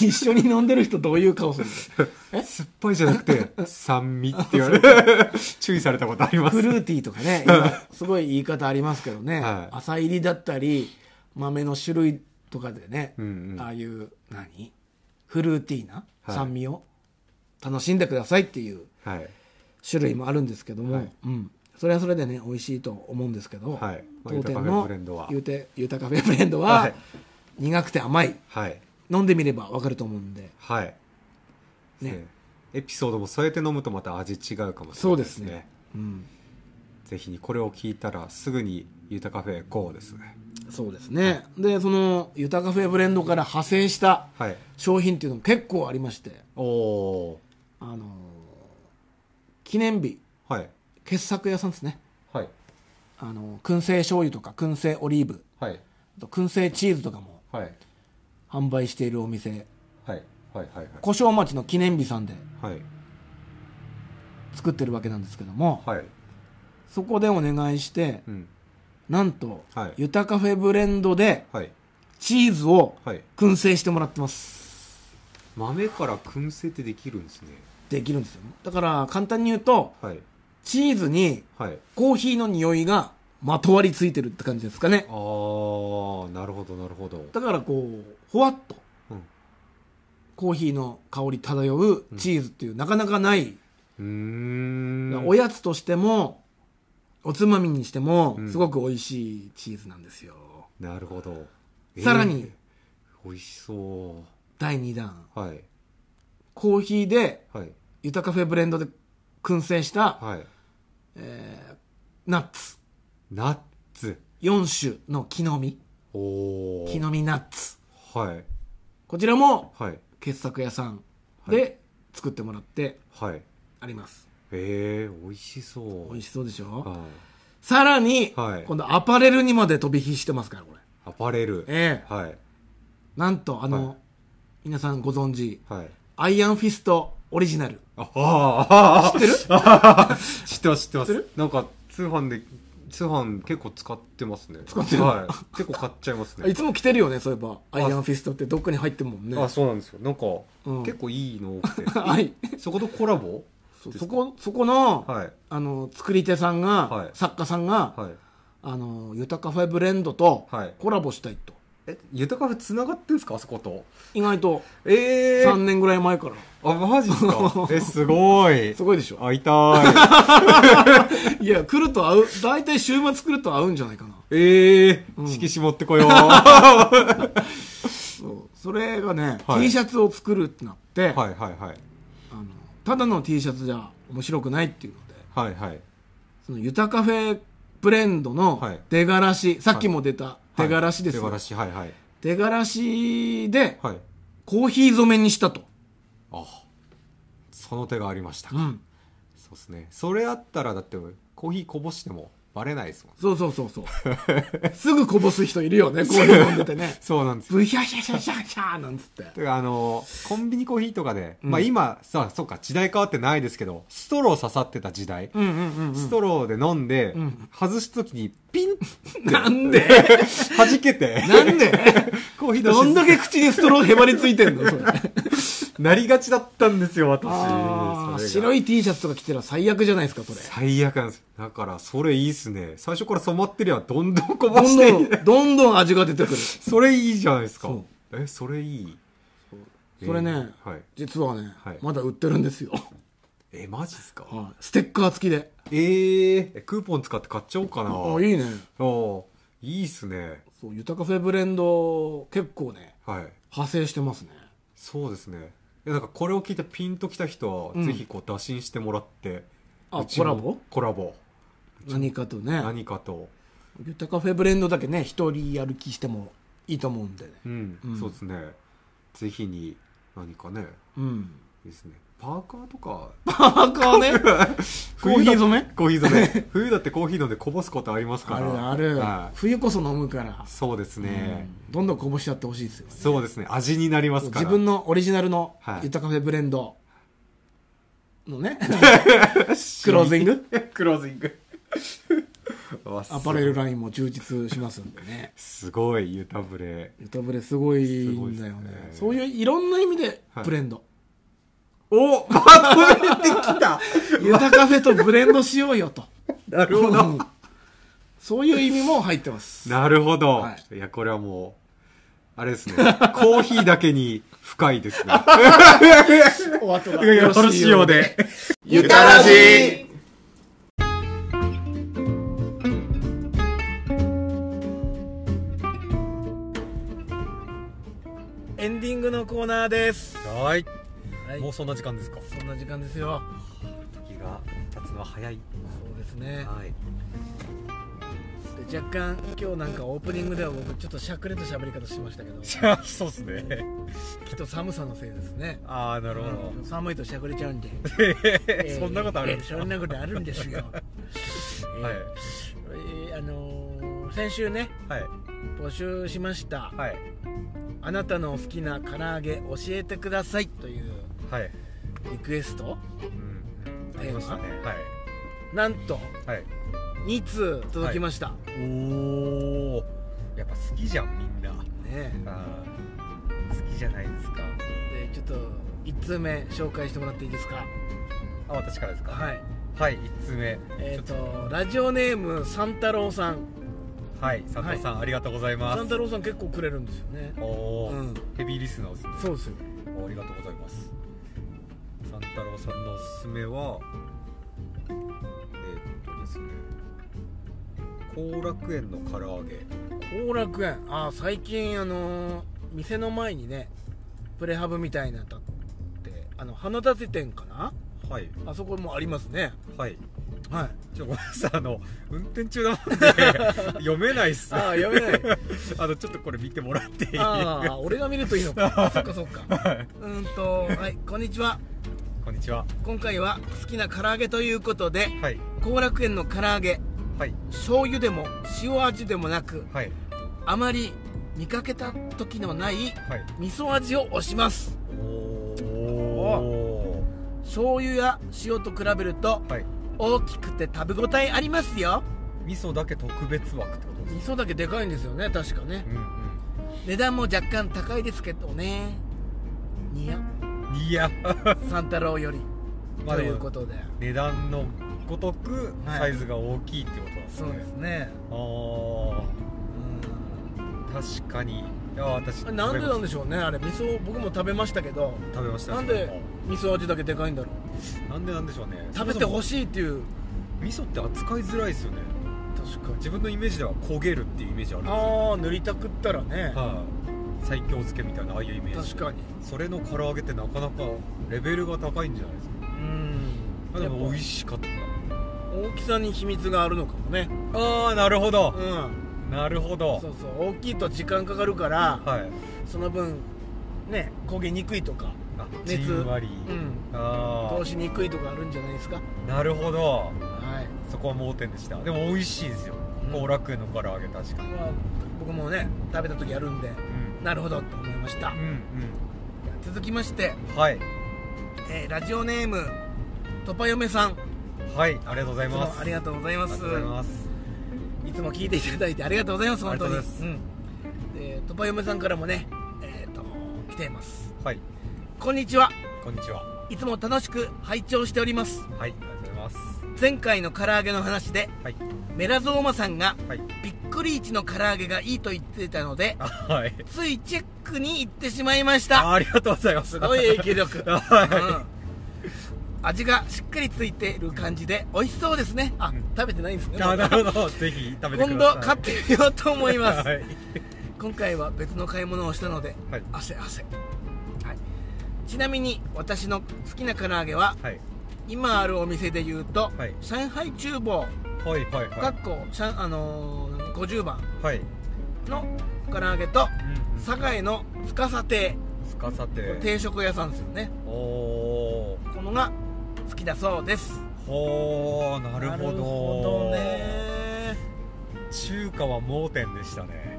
Speaker 1: 一緒に飲んでる人どういう顔する の
Speaker 2: 酸っぱいじゃな くて酸味って言われる注意されたことありま
Speaker 1: フ
Speaker 2: す
Speaker 1: ルーティーとか ね今すごい言い方ありますけどね、
Speaker 2: はい
Speaker 1: 朝入りだったり豆の種類とかでね、
Speaker 2: うんうん
Speaker 1: ああいう何フルーティーな
Speaker 2: はい
Speaker 1: 酸味を楽しんでくださいっていう
Speaker 2: はい
Speaker 1: 種類もあるんですけども、
Speaker 2: はい
Speaker 1: うん、それはそれでね美味しいと思うんですけど、
Speaker 2: はいまあ
Speaker 1: 当店
Speaker 2: ユタカフェ
Speaker 1: の
Speaker 2: ブレンドは
Speaker 1: ゆうてゆたカフェブレンドは、
Speaker 2: はい
Speaker 1: 苦くて甘い
Speaker 2: はい
Speaker 1: 飲んでみればわかると思うんで
Speaker 2: はい
Speaker 1: ね
Speaker 2: エピソードも添えて飲むとまた味違うかもしれ
Speaker 1: そ
Speaker 2: な
Speaker 1: う
Speaker 2: い
Speaker 1: で
Speaker 2: ですす
Speaker 1: ね
Speaker 2: ね
Speaker 1: うん、
Speaker 2: ぜひにこれを聞いたらすぐに「ゆたカフェ GO」ですね
Speaker 1: そうですねでそのゆたカフェブレンドから派生した
Speaker 2: はい
Speaker 1: 商品っていうのも結構ありまして
Speaker 2: おお
Speaker 1: あのー記念日
Speaker 2: ーはい
Speaker 1: 傑作屋さんですね
Speaker 2: はい
Speaker 1: あのー燻製醤油とか燻製オリーブ
Speaker 2: はい
Speaker 1: あと燻製チーズとかも
Speaker 2: はい
Speaker 1: 販売しているお店
Speaker 2: はいはいはい
Speaker 1: 胡椒町の記念日さんで
Speaker 2: はい
Speaker 1: 作ってるわけなんですけども、
Speaker 2: はい
Speaker 1: そこでお願いして
Speaker 2: うん
Speaker 1: なんと、
Speaker 2: はい
Speaker 1: ユタカフェブレンドで
Speaker 2: はい
Speaker 1: チーズを
Speaker 2: はい
Speaker 1: 燻製してもらってます
Speaker 2: 豆から燻製ってできるんですね
Speaker 1: できるんですよだから簡単に言うと
Speaker 2: はい
Speaker 1: チーズに
Speaker 2: はい
Speaker 1: コーヒーの匂いがまとわりついてるって感じですかね
Speaker 2: ああなるほどなるほど
Speaker 1: だからこうほわっと
Speaker 2: うん
Speaker 1: コーヒーの香り漂うチーズっていう、なかなかない、
Speaker 2: うーん
Speaker 1: おやつとしてもおつまみにしても、
Speaker 2: うん
Speaker 1: すごく美味しいチーズなんですよ
Speaker 2: なるほど
Speaker 1: さらに
Speaker 2: えー美味しそ
Speaker 1: 第2弾
Speaker 2: うはい
Speaker 1: コーヒーで
Speaker 2: はい
Speaker 1: ユタカフェブレンドで燻製した
Speaker 2: はい
Speaker 1: ナッツ
Speaker 2: ナッツ
Speaker 1: 4種の木の実
Speaker 2: おお
Speaker 1: 木の実ナッツ
Speaker 2: はい
Speaker 1: こちらも
Speaker 2: はい
Speaker 1: 傑作屋さんで作ってもらって
Speaker 2: はい
Speaker 1: あります、
Speaker 2: えー、美味しそう
Speaker 1: 美味しそうでしょ、
Speaker 2: はい
Speaker 1: さらに、
Speaker 2: はい
Speaker 1: 今度アパレルにまで飛び火してますからこれ
Speaker 2: アパレル
Speaker 1: ええ
Speaker 2: はい
Speaker 1: なんとあの、
Speaker 2: はい
Speaker 1: 皆さんご存知
Speaker 2: はい
Speaker 1: アイアンフィストオリジナル
Speaker 2: あああ
Speaker 1: 知っ
Speaker 2: あ
Speaker 1: てる
Speaker 2: 知ってます知ってま
Speaker 1: 知って
Speaker 2: すなんか通販で通販結構使ってますね
Speaker 1: 使ってる
Speaker 2: はい結構買っちゃいますね
Speaker 1: いつも着てるよねそういえばアイアンフィストってどっかに入ってるもんね
Speaker 2: あそうなんですよなんか、
Speaker 1: うん
Speaker 2: 結構いいの多くて
Speaker 1: はい
Speaker 2: そことコラボ
Speaker 1: そそこそこの,、
Speaker 2: はい
Speaker 1: あの作り手さんが、
Speaker 2: はい
Speaker 1: 作家さんが、
Speaker 2: はい
Speaker 1: あのユタカフェブレンドと
Speaker 2: はい
Speaker 1: コラボしたいと、
Speaker 2: えユタカフェつながってんすかあそこと
Speaker 1: 意外と
Speaker 2: ええ
Speaker 1: 3年ぐらい前から、
Speaker 2: あマジっすか えすごい
Speaker 1: すごいでしょ
Speaker 2: 会いた い
Speaker 1: いや来ると合う大体週末来ると合うんじゃないかな
Speaker 2: ええ
Speaker 1: うん
Speaker 2: 色紙持ってこよう は
Speaker 1: そうそれがね、
Speaker 2: はい
Speaker 1: T シャツを作るってなって、
Speaker 2: いはいはい
Speaker 1: あのただの T シャツじゃ面白くないっていうので
Speaker 2: はいはい
Speaker 1: そのユタカフェブレンドの
Speaker 2: はい
Speaker 1: 出がらし、さっきも出た出がらしですよ、
Speaker 2: 手柄しはいはい
Speaker 1: 出がらしで
Speaker 2: はい
Speaker 1: コーヒー染めにしたと、
Speaker 2: あその手がありましたか
Speaker 1: うん
Speaker 2: そうですねそれあったらだってコーヒーこぼしてもバレないですもん
Speaker 1: そうそうそうそう すぐこぼす人いるよねコーヒー飲んでてね
Speaker 2: そうなんですよ
Speaker 1: ブヒャシャシャシャシャーなんつって
Speaker 2: だからあのコンビニコーヒーとかで、
Speaker 1: うん
Speaker 2: まあ今さそうか時代変わってないですけどストロー刺さってた時代、
Speaker 1: うんうんうん
Speaker 2: ストローで飲んで、
Speaker 1: うん
Speaker 2: 外す時にピン
Speaker 1: なんで
Speaker 2: 弾けて
Speaker 1: なんで
Speaker 2: コーヒーの
Speaker 1: どんだけ口にストローへばりついてんの それ
Speaker 2: なりがちだったんですよ私
Speaker 1: あー
Speaker 2: それが
Speaker 1: 白い T シャツとか着てたら最悪じゃないですかそれ
Speaker 2: 最悪なんですよだからそれいいっすね最初から染まってりゃどんどんこぼ
Speaker 1: どん
Speaker 2: し
Speaker 1: どん
Speaker 2: て
Speaker 1: どんどん味が出てくる
Speaker 2: それいいじゃないですか
Speaker 1: そ
Speaker 2: えそれいいえー
Speaker 1: それね
Speaker 2: はい
Speaker 1: 実はね、
Speaker 2: はい
Speaker 1: まだ売ってるんです よ、
Speaker 2: えマジっすか
Speaker 1: ステッカー付きで
Speaker 2: えーえクーポン使って買っちゃおうかな
Speaker 1: ああいいね
Speaker 2: おいいっすね
Speaker 1: そうゆたカフェブレンド結構ね
Speaker 2: はい
Speaker 1: 派生してますね
Speaker 2: そうですねいやなんかこれを聞いてピンときた人は、
Speaker 1: うん
Speaker 2: ぜひこう打診してもらって
Speaker 1: あ
Speaker 2: うちも
Speaker 1: コラボ
Speaker 2: コラボ
Speaker 1: 何かとね
Speaker 2: 何かと
Speaker 1: ゆたカフェブレンドだけね一人歩きしてもいいと思うんでね
Speaker 2: うん、
Speaker 1: うん
Speaker 2: そうですねぜひに何かね
Speaker 1: うん
Speaker 2: いいですねパーカーとか
Speaker 1: パーカーね コーヒー染め
Speaker 2: コーヒー染め冬だってコーヒー飲んでこぼすことありますか
Speaker 1: あ
Speaker 2: ら
Speaker 1: るある、
Speaker 2: は
Speaker 1: 冬こそ飲むから
Speaker 2: い、、そうですね、
Speaker 1: うんどんどんこぼしちゃってほしいですよね
Speaker 2: そうですね味になりますから
Speaker 1: 自分のオリジナルの
Speaker 2: はい
Speaker 1: ゆたカフェブレンドの ね、クロージング
Speaker 2: クローズイング わ
Speaker 1: アパレルラインも充実しますんでね
Speaker 2: すごいユタブレ
Speaker 1: ゆたブレすごいんだよ
Speaker 2: すごい
Speaker 1: ね
Speaker 2: ですね
Speaker 1: そういういろんな意味で
Speaker 2: はい
Speaker 1: ブレンド、
Speaker 2: おまとめてきた
Speaker 1: ゆたカフェとブレンドしようよと
Speaker 2: なるほ
Speaker 1: うん
Speaker 2: ど
Speaker 1: そういう意味も入って ます
Speaker 2: なるほど、、
Speaker 1: はい
Speaker 2: やこれはもうあれですね コーヒーだけに深いですね
Speaker 1: お後が
Speaker 2: よろしいようで
Speaker 1: ゆたらじエンディングのコーナーです
Speaker 2: はい
Speaker 1: はい
Speaker 2: もうそんな時間ですか
Speaker 1: そんな時間ですよ
Speaker 2: 時が経つのは早い
Speaker 1: そうですね
Speaker 2: はい
Speaker 1: で若干今日なんかオープニングでは僕ちょっとしゃくれた喋り方しましたけどき
Speaker 2: ゃあそうですね
Speaker 1: っと寒さのせいですね
Speaker 2: ああなるほ
Speaker 1: うん寒いとしゃくれちゃうんでえー
Speaker 2: そんなことあるんですか
Speaker 1: えーそんなことあるんです よ、えー
Speaker 2: はい
Speaker 1: えーあのー先週ね
Speaker 2: はい
Speaker 1: 募集しました、
Speaker 2: はい
Speaker 1: あなたの好きな唐揚げ教えてくださいという
Speaker 2: はい
Speaker 1: リクエスト
Speaker 2: うん
Speaker 1: ありましたね
Speaker 2: はい
Speaker 1: なんと
Speaker 2: はい
Speaker 1: 2通届きました、
Speaker 2: おおやっぱ好きじゃんみんな
Speaker 1: ね
Speaker 2: あー好きじゃないですか
Speaker 1: えでちょっと1通目紹介してもらっていいですか
Speaker 2: あ私からですか
Speaker 1: はい
Speaker 2: はい1つ目
Speaker 1: えっ、とラジオネーム三太郎さん
Speaker 2: はい佐藤さん、ありがとうございます
Speaker 1: 三太郎さん結構くれるんですよね
Speaker 2: おおー、
Speaker 1: うん
Speaker 2: ヘビーリスナーですね
Speaker 1: そうですよ
Speaker 2: ありがとうございます三太郎さんのおすすめはえーっとですね後楽園の唐揚げ
Speaker 1: 後楽園ああ最近あのー店の前にねプレハブみたいなの建ってあの花立て店かな
Speaker 2: はい
Speaker 1: あそこもありますね
Speaker 2: はい
Speaker 1: はい
Speaker 2: ちょごめんなさいあの運転中なもん で読めないっす
Speaker 1: ああやめない
Speaker 2: あのちょっとこれ見てもらっていい
Speaker 1: ああ俺が見るといいのか あそっかそっかうーんとはいこんにちは
Speaker 2: こんにちは
Speaker 1: 今回は好きな唐揚げということで
Speaker 2: はい
Speaker 1: 後楽園の唐揚げ
Speaker 2: はい
Speaker 1: 醤油でも塩味でもなく
Speaker 2: はい
Speaker 1: あまり見かけた時のない
Speaker 2: はい
Speaker 1: 味噌味を推します
Speaker 2: おお
Speaker 1: お醤油や塩と比べると
Speaker 2: はい
Speaker 1: 大きくて食べ応えありますよ
Speaker 2: 味噌だけ特別枠ってことです
Speaker 1: 味噌だけでかいんですよね確かね
Speaker 2: うんう
Speaker 1: 値段も若干高いですけどねにや
Speaker 2: んいや
Speaker 1: 三太郎より
Speaker 2: まあ
Speaker 1: と
Speaker 2: で
Speaker 1: いう
Speaker 2: も
Speaker 1: ことで
Speaker 2: 値段のごとく
Speaker 1: はい
Speaker 2: サイズが大きいってことなんですね、
Speaker 1: ね
Speaker 2: ああ確かにいや私
Speaker 1: うんなんでなん
Speaker 2: で
Speaker 1: でしょうねあれ味噌僕も食べましたけど
Speaker 2: 食べました
Speaker 1: なんで味噌味だけでかいんだろう
Speaker 2: なんでなんでしょうね
Speaker 1: 食べてほ
Speaker 2: しい
Speaker 1: しいっていう
Speaker 2: 味噌って扱いづらいですよね
Speaker 1: 確かに
Speaker 2: 自分のイメージでは焦げるっていうイメージあるんですよ
Speaker 1: ああ塗りたくったらね
Speaker 2: はい最強漬けみたいなああいうイメージ
Speaker 1: 確かに
Speaker 2: それの唐揚げってなかなかレベルが高いんじゃないですか
Speaker 1: うん
Speaker 2: あでも美味
Speaker 1: しい
Speaker 2: しかった
Speaker 1: 大きさに秘密があるのかもね
Speaker 2: ああなるほど
Speaker 1: うん
Speaker 2: なるほ
Speaker 1: そ
Speaker 2: ど
Speaker 1: うそう大きいと時間かかるから
Speaker 2: はい
Speaker 1: その分ね焦げにくいとか
Speaker 2: あじ
Speaker 1: 熱
Speaker 2: んわり
Speaker 1: うん
Speaker 2: あ
Speaker 1: 通しにくいとかあるんじあるんじゃないですか
Speaker 2: あなるほど
Speaker 1: はい
Speaker 2: そこは盲点でしたでも美味しいですよ後楽園の唐揚げ確かに
Speaker 1: まあ僕もね食べた時やるんで
Speaker 2: うん
Speaker 1: なるほどと思いました
Speaker 2: うん
Speaker 1: 続きまして、
Speaker 2: うんはい
Speaker 1: えーラジオネームトパ嫁さんい
Speaker 2: はいありがとうござい
Speaker 1: つ
Speaker 2: ま
Speaker 1: も
Speaker 2: す
Speaker 1: ありがとうござい
Speaker 2: あ
Speaker 1: ま
Speaker 2: りが
Speaker 1: す
Speaker 2: とうございます
Speaker 1: いつも聞いていただいてありがとうございます本当に
Speaker 2: ありがとうござ
Speaker 1: うんでトパ嫁さんからもねえっ、と来ています
Speaker 2: はい
Speaker 1: こんにちは
Speaker 2: こんにちはい
Speaker 1: つも楽しく拝聴しております
Speaker 2: はいありがとうございます
Speaker 1: 前回の唐揚げの話で
Speaker 2: はい
Speaker 1: メラゾーマさんが
Speaker 2: はい
Speaker 1: びっくり市の唐揚げがいいと言ってたので
Speaker 2: あはい
Speaker 1: ついチェックに行ってしまいました
Speaker 2: あありがとうございます
Speaker 1: すごい影響力、
Speaker 2: は
Speaker 1: うん味がしっかりついてる感じで美味しそうですねあ、
Speaker 2: ん
Speaker 1: 食べてないんですね
Speaker 2: あなるほどぜひ食べて
Speaker 1: 今度
Speaker 2: ください
Speaker 1: 買ってみようと思います、
Speaker 2: はい
Speaker 1: 今回は別の買い物をしたので、
Speaker 2: はい
Speaker 1: 汗汗、はい、ちなみに私の好きな唐揚げは
Speaker 2: はい
Speaker 1: 今あるお店で言うと、
Speaker 2: はい
Speaker 1: 上海厨房
Speaker 2: はいはい
Speaker 1: か
Speaker 2: は
Speaker 1: っこ、しゃあのー50番
Speaker 2: いはい
Speaker 1: の唐揚げと
Speaker 2: うん
Speaker 1: 堺の司亭
Speaker 2: つかさて
Speaker 1: 定食屋さんですよね
Speaker 2: おおー
Speaker 1: このが好きだそうです
Speaker 2: ほーなるほど
Speaker 1: なるほどね
Speaker 2: 中華は盲点でしたね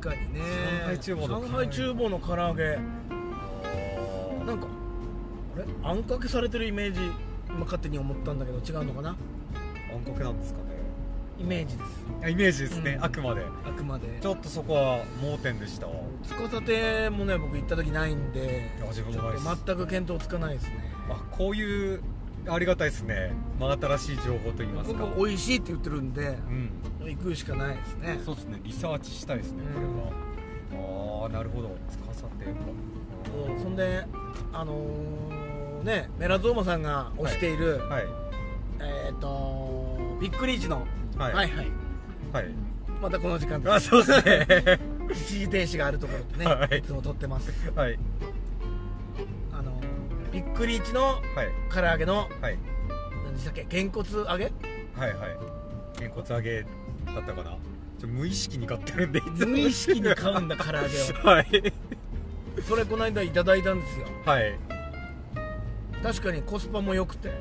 Speaker 1: 確かにね
Speaker 2: 上海厨房の唐揚げ
Speaker 1: 上海厨房の唐揚げ
Speaker 2: お
Speaker 1: なんかあれあんかけされてるイメージ今勝手に思ったんだけど違うのかな
Speaker 2: ー暗黒なんですかね
Speaker 1: イメージです
Speaker 2: あイメージですね、
Speaker 1: うん
Speaker 2: あくまで
Speaker 1: あくまで
Speaker 2: ちょっとそこは盲点でしたわ
Speaker 1: 司亭もね僕行った時ないんで
Speaker 2: いや自分
Speaker 1: ち
Speaker 2: も
Speaker 1: ょ
Speaker 2: ない
Speaker 1: っ
Speaker 2: です
Speaker 1: と全く見当つかないですね
Speaker 2: あこういうありがたいですね真新しい情報といいますか
Speaker 1: 僕美味しいって言ってるんで
Speaker 2: うん
Speaker 1: 行くしかないですね
Speaker 2: そうですねリサーチしたいですねこれは、ああなるほど司っていうか
Speaker 1: そうそんであのーねメラゾーマさんが推している、
Speaker 2: はい
Speaker 1: えっ、とビックリーチの
Speaker 2: はい
Speaker 1: はいはい
Speaker 2: はい
Speaker 1: またこの時間
Speaker 2: あそうですね
Speaker 1: 一時停止があるところでね、
Speaker 2: はい
Speaker 1: い、つも撮ってます
Speaker 2: はい
Speaker 1: あのービックリーチの
Speaker 2: はい
Speaker 1: 唐揚げの
Speaker 2: はい
Speaker 1: 何でしたっけげんこつ揚げ
Speaker 2: はいはいげんこつ揚げだったかなちょ無意識に買ってるんでいつも
Speaker 1: 無意識に買うんだ唐揚げ
Speaker 2: はい
Speaker 1: をそれこの間いただいたんですよ
Speaker 2: はい
Speaker 1: 確かにコスパも良くて
Speaker 2: う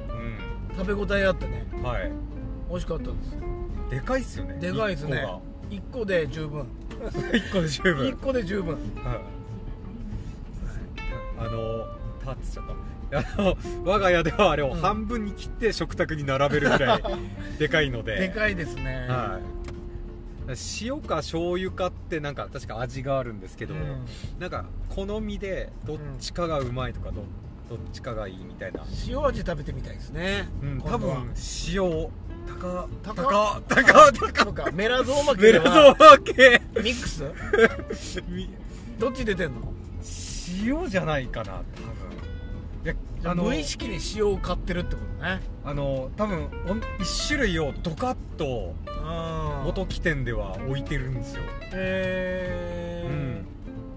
Speaker 1: 食べ応えあってね
Speaker 2: んはい
Speaker 1: 美味しかったです
Speaker 2: でかいっすよね
Speaker 1: でかいですね1個で十分
Speaker 2: 1個が一個で十分
Speaker 1: 1個で十分
Speaker 2: はいあのたっつっちゃったあの我が家ではあれを
Speaker 1: うん
Speaker 2: 半分に切って食卓に並べるぐ らいでかいので
Speaker 1: でかいですね、
Speaker 2: はい塩か醤油かってなんか確か味があるんですけど、
Speaker 1: うん
Speaker 2: なんか好みでどっちかがうまいとかど,、どっちかがいいみたいな、
Speaker 1: 塩味食べてみたいですね、
Speaker 2: うん、多
Speaker 1: 今度は
Speaker 2: 分塩高
Speaker 1: 高
Speaker 2: 高高
Speaker 1: そうかメラゾーマ
Speaker 2: メ
Speaker 1: 系
Speaker 2: ラゾ
Speaker 1: は
Speaker 2: ー系
Speaker 1: ミックスどっち出てんの
Speaker 2: 塩じゃないかな多分いやあの
Speaker 1: 無意識に塩を買ってるってことね
Speaker 2: あの多分おん一種類をドカッと
Speaker 1: あ元
Speaker 2: 元起点では置いてるんですよ、
Speaker 1: えー
Speaker 2: うん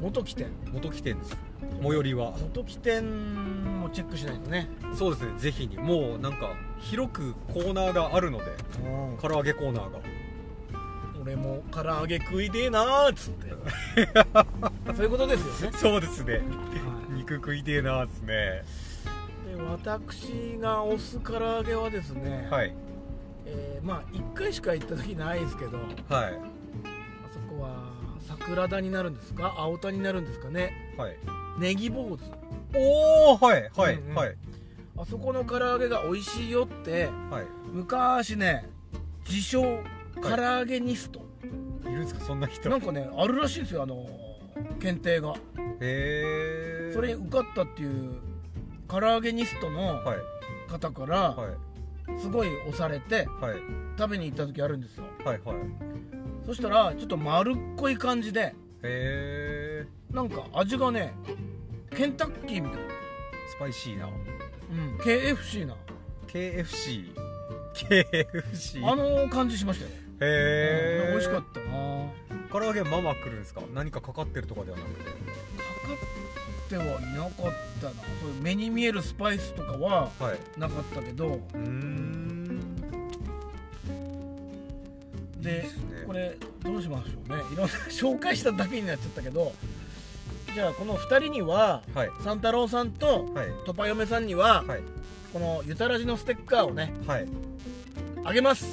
Speaker 1: 元起点
Speaker 2: 元起点です最寄りは
Speaker 1: 元起点もチェックしないとね
Speaker 2: そうですねぜひにもうなんか広くコーナーがあるので唐揚げコーナーが
Speaker 1: 俺も唐揚げ食いでえなーっつ ってそういうことですよね、
Speaker 2: そうですね
Speaker 1: はい
Speaker 2: 肉食いてえなーですね
Speaker 1: で私が推す唐揚げはですね、
Speaker 2: はい
Speaker 1: えーまあ1回しか行った時ないですけどあ
Speaker 2: はい
Speaker 1: そこは桜田になるんですか青田になるんですかね
Speaker 2: はい
Speaker 1: ネギ坊主
Speaker 2: おおはいはい、
Speaker 1: うんうん
Speaker 2: はい
Speaker 1: あそこの唐揚げが美味しいよって
Speaker 2: はい
Speaker 1: 昔ね自称唐揚げニスト、
Speaker 2: いるんですかそんな人
Speaker 1: な
Speaker 2: へ
Speaker 1: んかねあるらしいんですよあの検定が
Speaker 2: え
Speaker 1: それに受かったっていう唐揚げニストの
Speaker 2: はい
Speaker 1: 方から
Speaker 2: はい
Speaker 1: すごい押されて
Speaker 2: はい
Speaker 1: 食べに行った時あるんですよ
Speaker 2: はいはい
Speaker 1: そしたらちょっと丸っこい感じで
Speaker 2: へえ
Speaker 1: なんか味がねケンタッキーみたいな、
Speaker 2: スパイシーな
Speaker 1: うん、KFC な
Speaker 2: KFC KFC
Speaker 1: あの感じしましたよ、
Speaker 2: へえ、
Speaker 1: うん美味しかったなか
Speaker 2: た唐揚げママ来るんですか何かかかってるとかではなくて
Speaker 1: かってはいなかったなそういう目に見えるスパイスとかは
Speaker 2: はい
Speaker 1: なかったけど
Speaker 2: うーんいい
Speaker 1: で
Speaker 2: ですね
Speaker 1: これどうしましょうねいろんな紹介しただけになっちゃったけどじゃあこの2人には
Speaker 2: はい
Speaker 1: 三太郎さんと
Speaker 2: はい
Speaker 1: トパ嫁さんには
Speaker 2: はい
Speaker 1: この「ゆたらじ」のステッカーをね
Speaker 2: はい
Speaker 1: あげます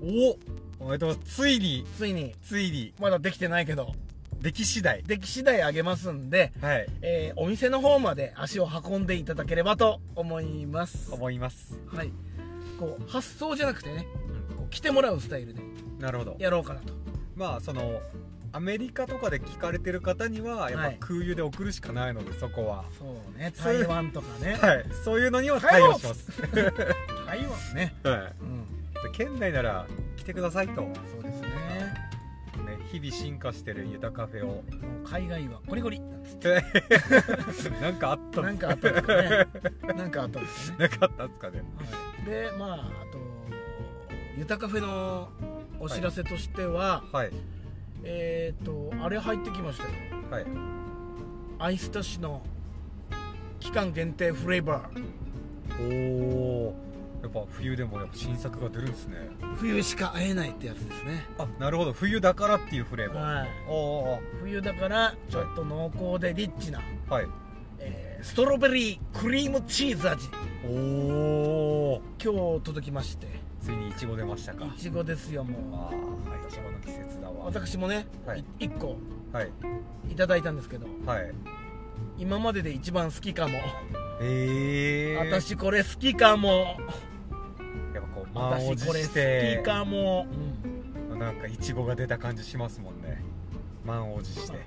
Speaker 2: おおめでとうついに
Speaker 1: ついに
Speaker 2: ついに
Speaker 1: まだできてないけど
Speaker 2: 出来次第
Speaker 1: 出来次第あげますんで、
Speaker 2: はい
Speaker 1: えーお店の方まで足を運んでいただければと思います
Speaker 2: 思います
Speaker 1: はいこう発送じゃなくてねこう来てもらうスタイルで
Speaker 2: なるほど
Speaker 1: やろうかなと
Speaker 2: まあそのアメリカとかで聞かれてる方にはやっ
Speaker 1: は
Speaker 2: ぱ
Speaker 1: い
Speaker 2: 空輸で送るしかないのでそこは
Speaker 1: そうね
Speaker 2: そういう
Speaker 1: 台湾とかね
Speaker 2: はい そういうのには対応します
Speaker 1: 台湾ね
Speaker 2: は
Speaker 1: うん
Speaker 2: い県内なら来てくださいと、ね、
Speaker 1: そうですね
Speaker 2: 日々進化してるゆたカフェ を
Speaker 1: もう海外はゴリゴリなんつって
Speaker 2: なんかあった
Speaker 1: なん
Speaker 2: んです
Speaker 1: かあったんですか ねなんかあったんですかね、
Speaker 2: なかったんですかね
Speaker 1: はい、でまああと「ゆたカフェ」のお知らせとしては、
Speaker 2: はい
Speaker 1: えっ、とあれ入ってきましたよ
Speaker 2: はい
Speaker 1: アイスタッシュの期間限定フレーバー
Speaker 2: おおやっぱ冬でもやっぱ新作が出るんですね
Speaker 1: 冬しか会えないってやつですね
Speaker 2: あなるほど冬だからっていうフレーバー、
Speaker 1: はい
Speaker 2: おー
Speaker 1: 冬だからちょっと濃厚でリッチな、
Speaker 2: おーはい
Speaker 1: えーストロベリークリームチーズ味
Speaker 2: おお
Speaker 1: 今日届きまして
Speaker 2: ついにいちご出ましたか
Speaker 1: いちごですよも
Speaker 2: ああいちごの季節だ
Speaker 1: う
Speaker 2: わ
Speaker 1: 私もね、
Speaker 2: はい
Speaker 1: 1個
Speaker 2: はい
Speaker 1: いただいたんですけど
Speaker 2: はい
Speaker 1: 今までで一番好きかも、
Speaker 2: ええー、
Speaker 1: 私これ好きかも
Speaker 2: やっぱこう満を
Speaker 1: 私
Speaker 2: 持
Speaker 1: これ
Speaker 2: し
Speaker 1: 好
Speaker 2: て
Speaker 1: きかも、
Speaker 2: なんかいちごが出た感じしますもんね満を持して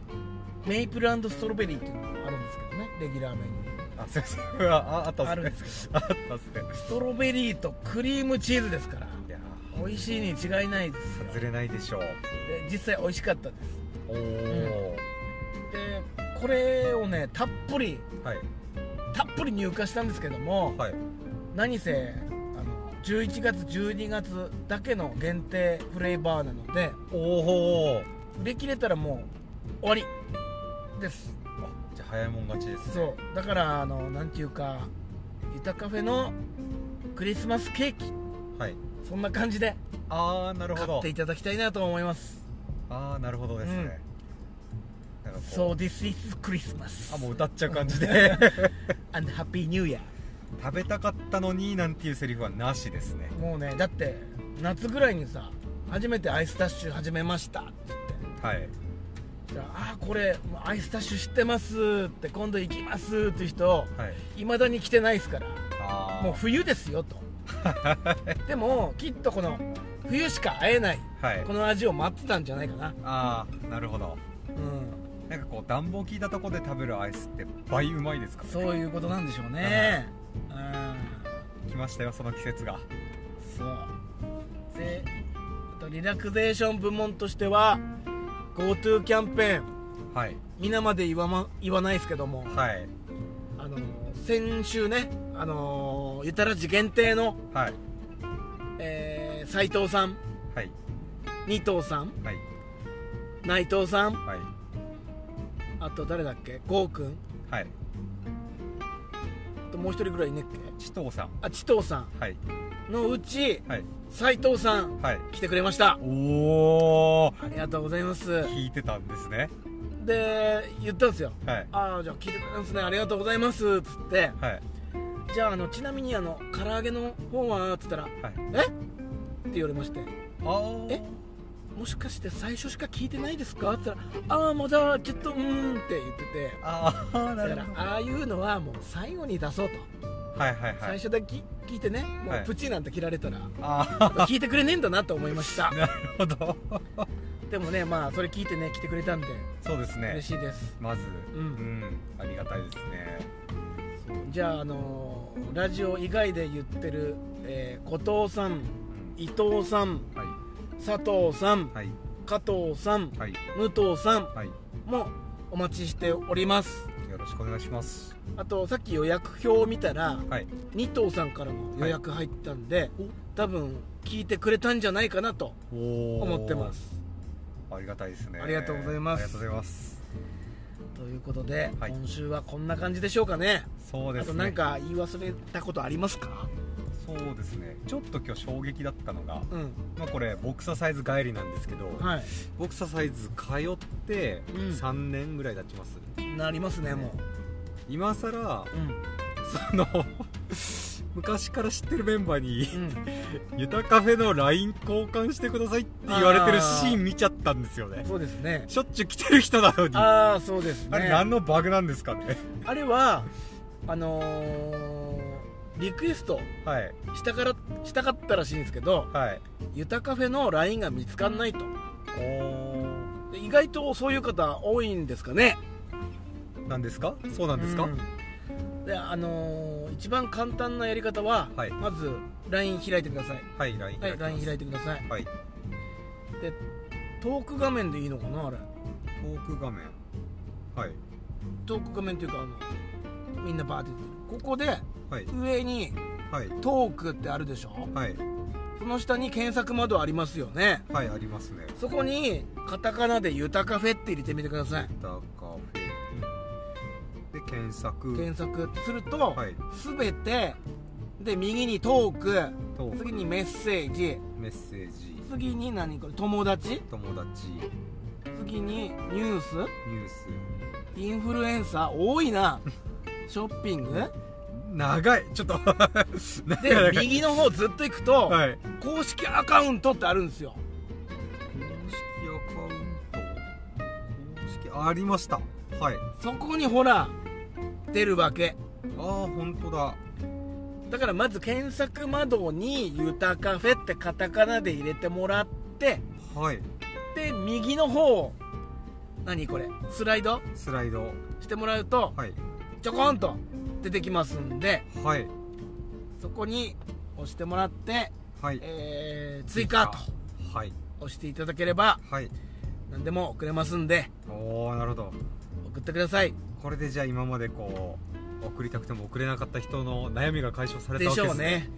Speaker 1: メイプルストロベリーっていうのがあるんですけどねレギュラーメニュー
Speaker 2: あすいませんう わああった
Speaker 1: あるん
Speaker 2: っ
Speaker 1: です
Speaker 2: ねあったっすね
Speaker 1: ストロベリーとクリームチーズですから
Speaker 2: いや
Speaker 1: 美味しいに違いないです
Speaker 2: ー
Speaker 1: よ
Speaker 2: 外れないでしょう
Speaker 1: で実際美味しかったです
Speaker 2: おお、
Speaker 1: でこれをねたっぷり
Speaker 2: はい
Speaker 1: たっぷり入荷したんですけども、
Speaker 2: はい
Speaker 1: 何せあの11月12月だけの限定フレーバーなので
Speaker 2: おお
Speaker 1: 売り切れたらもう終わりです
Speaker 2: じゃあ早いもん勝ちですね
Speaker 1: そうだからあのなんていうかゆたカフェのクリスマスケーキ
Speaker 2: はい
Speaker 1: そんな感じで
Speaker 2: ああなるほ
Speaker 1: 買
Speaker 2: ど
Speaker 1: っていただきたいなと思います
Speaker 2: ああなるほどですね、なんかこう
Speaker 1: そう This is Christmas
Speaker 2: あもう歌っちゃう感じ で
Speaker 1: and Happy New Year
Speaker 2: 食べたかったのになんていうセリフはなしですね
Speaker 1: もうねだって夏ぐらいにさ初めてアイスタッシュ始めましたって言って
Speaker 2: はい
Speaker 1: じゃああーこれアイスタッシュ知ってますって今度行きますっていう人
Speaker 2: はい
Speaker 1: いまだに来てないですから
Speaker 2: ああ
Speaker 1: もう冬ですよとでもきっとこの冬しか会えない
Speaker 2: はい
Speaker 1: この味を待ってたんじゃないかな
Speaker 2: ああなるほど
Speaker 1: うん
Speaker 2: なんかこう暖房効いたとこで食べるアイスって倍うまいですからね
Speaker 1: そういうことなんでしょうねうん
Speaker 2: 来ましたよその季節が
Speaker 1: そうであとリラクゼーション部門としては GoTo キャンペーン
Speaker 2: はい
Speaker 1: 皆まで言わ,、ま、言わないですけども
Speaker 2: はい
Speaker 1: あの先週ねあのゆたらじ限定の
Speaker 2: はい
Speaker 1: えー斉藤さん
Speaker 2: はい
Speaker 1: 二藤さん
Speaker 2: はい
Speaker 1: 内藤さん
Speaker 2: はい
Speaker 1: あと誰だっけ郷くん
Speaker 2: はい
Speaker 1: ともう一人ぐらいいねっけ
Speaker 2: 千藤さん
Speaker 1: あ千藤さ
Speaker 2: はい
Speaker 1: んのうち
Speaker 2: はい
Speaker 1: 斉藤さん
Speaker 2: はい
Speaker 1: 来てくれました
Speaker 2: おお
Speaker 1: ありがとうございます
Speaker 2: 聞いてたんですね
Speaker 1: で言ったんですよ
Speaker 2: はい
Speaker 1: ああじゃあ聞いてくれたんですねありがとうございますつって
Speaker 2: はい
Speaker 1: じゃああのちなみにあの唐揚げの方はつったら
Speaker 2: はい
Speaker 1: えって言われまして
Speaker 2: あー
Speaker 1: えもしかして最初しか聞いてないですかって言ったらああまだちょっとうーんって言ってて
Speaker 2: ああな
Speaker 1: だか
Speaker 2: る
Speaker 1: ら
Speaker 2: ほど
Speaker 1: ああいうのはもう最後に出そうと
Speaker 2: はいはいは
Speaker 1: 最
Speaker 2: い
Speaker 1: 初だけ聞聞いてねも
Speaker 2: は
Speaker 1: う
Speaker 2: い
Speaker 1: プチなんて切られたら、
Speaker 2: あ
Speaker 1: 聞いてくれねえんだなと思いました
Speaker 2: あ なるほど
Speaker 1: でもねまあそれ聞いてね来てくれたんで
Speaker 2: そうですね
Speaker 1: 嬉しいです、
Speaker 2: まず
Speaker 1: うん
Speaker 2: うんありがたいですね
Speaker 1: じゃああのーラジオ以外で言ってる、えー後藤さん
Speaker 2: うん
Speaker 1: 伊藤さん
Speaker 2: はい
Speaker 1: 佐藤さん
Speaker 2: はい
Speaker 1: 加藤さん、
Speaker 2: はい
Speaker 1: 武藤さん
Speaker 2: はい
Speaker 1: もお待ちしております
Speaker 2: よろしくお願いします
Speaker 1: あとさっき予約表を見たら
Speaker 2: はい
Speaker 1: 二藤さんからも予約入ったんで、多分聞いてくれたんじゃないかなと思
Speaker 2: 思
Speaker 1: ってます
Speaker 2: ありがたいですね
Speaker 1: ありがとうございます
Speaker 2: ありがとうございます
Speaker 1: ということで、
Speaker 2: はい
Speaker 1: 今週はこんな感じでしょうかね
Speaker 2: そうです
Speaker 1: あ
Speaker 2: ね
Speaker 1: となんか言い忘れたことありますか
Speaker 2: そうですねちょっと今日衝撃だったのが、
Speaker 1: うん
Speaker 2: まあ、これボクササイズ帰りなんですけど、
Speaker 1: は
Speaker 2: ボクササイズ通って
Speaker 1: うん
Speaker 2: 3年ぐらい経ちます、
Speaker 1: いなりますねも
Speaker 2: 今さら
Speaker 1: う、うん、
Speaker 2: その 昔から知ってるメンバーに
Speaker 1: うん
Speaker 2: 「ユタカフェの LINE 交換してください」って言われてるシーン見ちゃったんですよね
Speaker 1: そうですね
Speaker 2: しょっちゅう来てる人なのにあ
Speaker 1: ああそうですね
Speaker 2: れ何のバグなんですかね
Speaker 1: あれはあのーリクエスト
Speaker 2: はい
Speaker 1: したからしたかったらしいんですけど
Speaker 2: はい
Speaker 1: 「ゆたカフェ」の LINE が見つかんないと
Speaker 2: おー
Speaker 1: で意外とそういう方多いんですかね
Speaker 2: なんですかそうなんですか、
Speaker 1: うんであのー一番簡単なやり方は、
Speaker 2: はい
Speaker 1: まず LINE 開いてください
Speaker 2: はい LINE
Speaker 1: は
Speaker 2: 開
Speaker 1: い LINE 開い
Speaker 2: て
Speaker 1: てください
Speaker 2: はいト
Speaker 1: でトーク画面でいいのかなあれ
Speaker 2: ーク画面はい
Speaker 1: トーク画面というかあのみんなバーって出てるここで
Speaker 2: はい
Speaker 1: 上に
Speaker 2: はい
Speaker 1: 「トーク」ってあるでしょ
Speaker 2: はい
Speaker 1: その下に検索窓ありますよね
Speaker 2: はいありますね
Speaker 1: そこにカタカナで「ゆたカフェ」って入れてみてください
Speaker 2: ユタカフェで検索
Speaker 1: 検索すると、
Speaker 2: はい
Speaker 1: すべてで右にトーク
Speaker 2: トーク
Speaker 1: 次にメッセージ
Speaker 2: メッセージ
Speaker 1: 次に何これ友達
Speaker 2: 友達ニ
Speaker 1: 次にニュース
Speaker 2: ュース
Speaker 1: インフルエンサー多い なショッピング
Speaker 2: 長いちょっと
Speaker 1: で
Speaker 2: 長い
Speaker 1: 右の方ずっと行くと、
Speaker 2: はい
Speaker 1: 公式アカウントってあるんですよ
Speaker 2: 公式アカウント公式ありましたはい
Speaker 1: そこにほら出るわけ
Speaker 2: ああ本当だ
Speaker 1: だからまず検索窓に「ゆたカフェ」ってカタカナで入れてもらって
Speaker 2: はい
Speaker 1: で右の方何これスライド
Speaker 2: スライド
Speaker 1: してもらうと
Speaker 2: はい
Speaker 1: ちょこんと出てきますんで
Speaker 2: はい
Speaker 1: そこに押してもらって、
Speaker 2: はい
Speaker 1: えー追加と
Speaker 2: はい
Speaker 1: 押していただければ
Speaker 2: はい
Speaker 1: 何でも送れますんで
Speaker 2: おおなるほど
Speaker 1: 送ってください
Speaker 2: これでじゃあ今までこう送りたくても送れなかった人の悩みが解消され
Speaker 1: で
Speaker 2: たわ
Speaker 1: し
Speaker 2: けで
Speaker 1: ょ
Speaker 2: す
Speaker 1: うね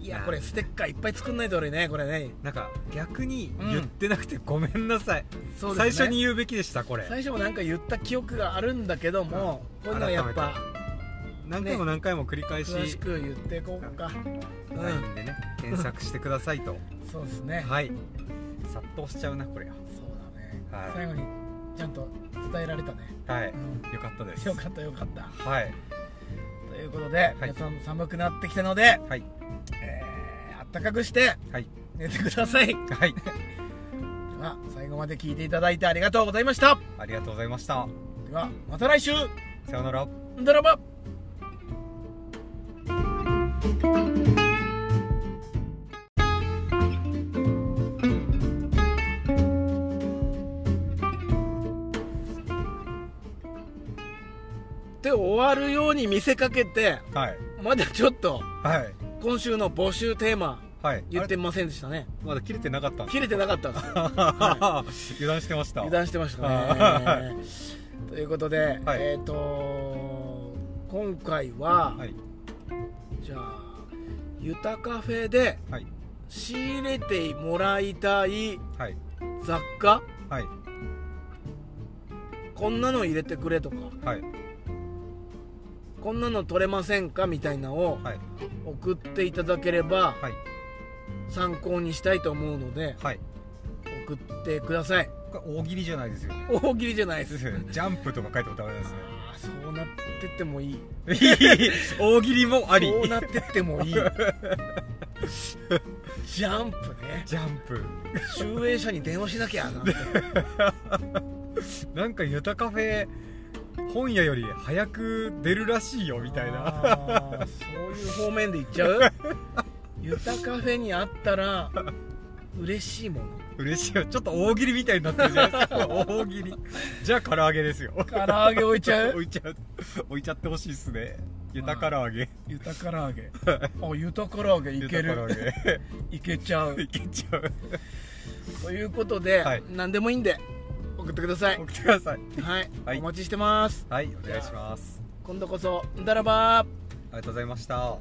Speaker 1: いやこれステッカーいっぱい作んないと俺ねこれね
Speaker 2: なんか逆に
Speaker 1: うん
Speaker 2: 言ってなくてごめんなさい、
Speaker 1: そうで
Speaker 2: 最
Speaker 1: すね
Speaker 2: 初に言うべきでしたこれ
Speaker 1: 最初もなんか言った記憶があるんだけども、こういうのはやっぱ
Speaker 2: 何回も何回も繰り返し、
Speaker 1: 詳しく言っていこうかうん、
Speaker 2: LINE でね検索してください と
Speaker 1: そうですね、
Speaker 2: はい殺到しちゃうなこれ
Speaker 1: そうだね、
Speaker 2: はい
Speaker 1: 最後にちゃんと伝えられたね、
Speaker 2: はい、
Speaker 1: うん
Speaker 2: よかったです
Speaker 1: よかったよかった
Speaker 2: はい
Speaker 1: ということで、皆さん寒くなってきたので、
Speaker 2: はい
Speaker 1: えー、あったかくして
Speaker 2: はい
Speaker 1: 寝てくださいで
Speaker 2: はい
Speaker 1: は最後まで聞いていただいてありがとうございました
Speaker 2: ありがとうございました
Speaker 1: ではまた来週
Speaker 2: さようなら
Speaker 1: ドラマで終わるように見せかけて
Speaker 2: はい
Speaker 1: まだちょっと
Speaker 2: はい
Speaker 1: 今週の募集テーマ
Speaker 2: はい
Speaker 1: 言って
Speaker 2: あれ
Speaker 1: ませんでしたね
Speaker 2: まだ切れてなかったんです
Speaker 1: 切れてなかったんです
Speaker 2: 油断してました
Speaker 1: 油断してました
Speaker 2: は
Speaker 1: ね ということで、
Speaker 2: はい
Speaker 1: えっ、と今回は、
Speaker 2: はい
Speaker 1: じゃあゆたカフェで
Speaker 2: はい
Speaker 1: 仕入れてもらいたい
Speaker 2: はい
Speaker 1: 雑貨
Speaker 2: はい
Speaker 1: こんなの入れてくれとか
Speaker 2: はい
Speaker 1: こんなの取れませんかみたいなのを
Speaker 2: はい
Speaker 1: 送っていただければ
Speaker 2: はい
Speaker 1: 参考にしたいと思うので
Speaker 2: はい
Speaker 1: 送ってください
Speaker 2: これ大喜利じゃないですよね
Speaker 1: 大喜利じゃないです
Speaker 2: ジャンプとか書いてもダメな んですね
Speaker 1: ああそうなってってもいい
Speaker 2: 大喜利もあり
Speaker 1: そうなってってもいいジャンプね
Speaker 2: ジャンプ
Speaker 1: 集英社に電話しなきゃなんて
Speaker 2: なんかユタカフェ本屋より早く出るらしいよみたいな
Speaker 1: あーそういう方面で行っちゃ うゆたカフェにあったら嬉しいもの
Speaker 2: 嬉しいよちょっと大喜利みたいになってるじゃないですか大喜利じゃあ唐揚げですよ
Speaker 1: 唐揚げ置いちゃう
Speaker 2: 置いちゃう置いちゃってほしいっすねゆた唐揚げ
Speaker 1: ゆた唐揚げあゆた唐揚げいけ
Speaker 2: ゆた唐
Speaker 1: る
Speaker 2: 揚
Speaker 1: いけちゃう
Speaker 2: げいけちゃう
Speaker 1: ということで、
Speaker 2: はい
Speaker 1: 何でもいいんで送ってください
Speaker 2: 送ってください
Speaker 1: はい、
Speaker 2: はい
Speaker 1: お待ちしてます
Speaker 2: はいお願いします
Speaker 1: 今度こそんだらばー
Speaker 2: ありがとうございました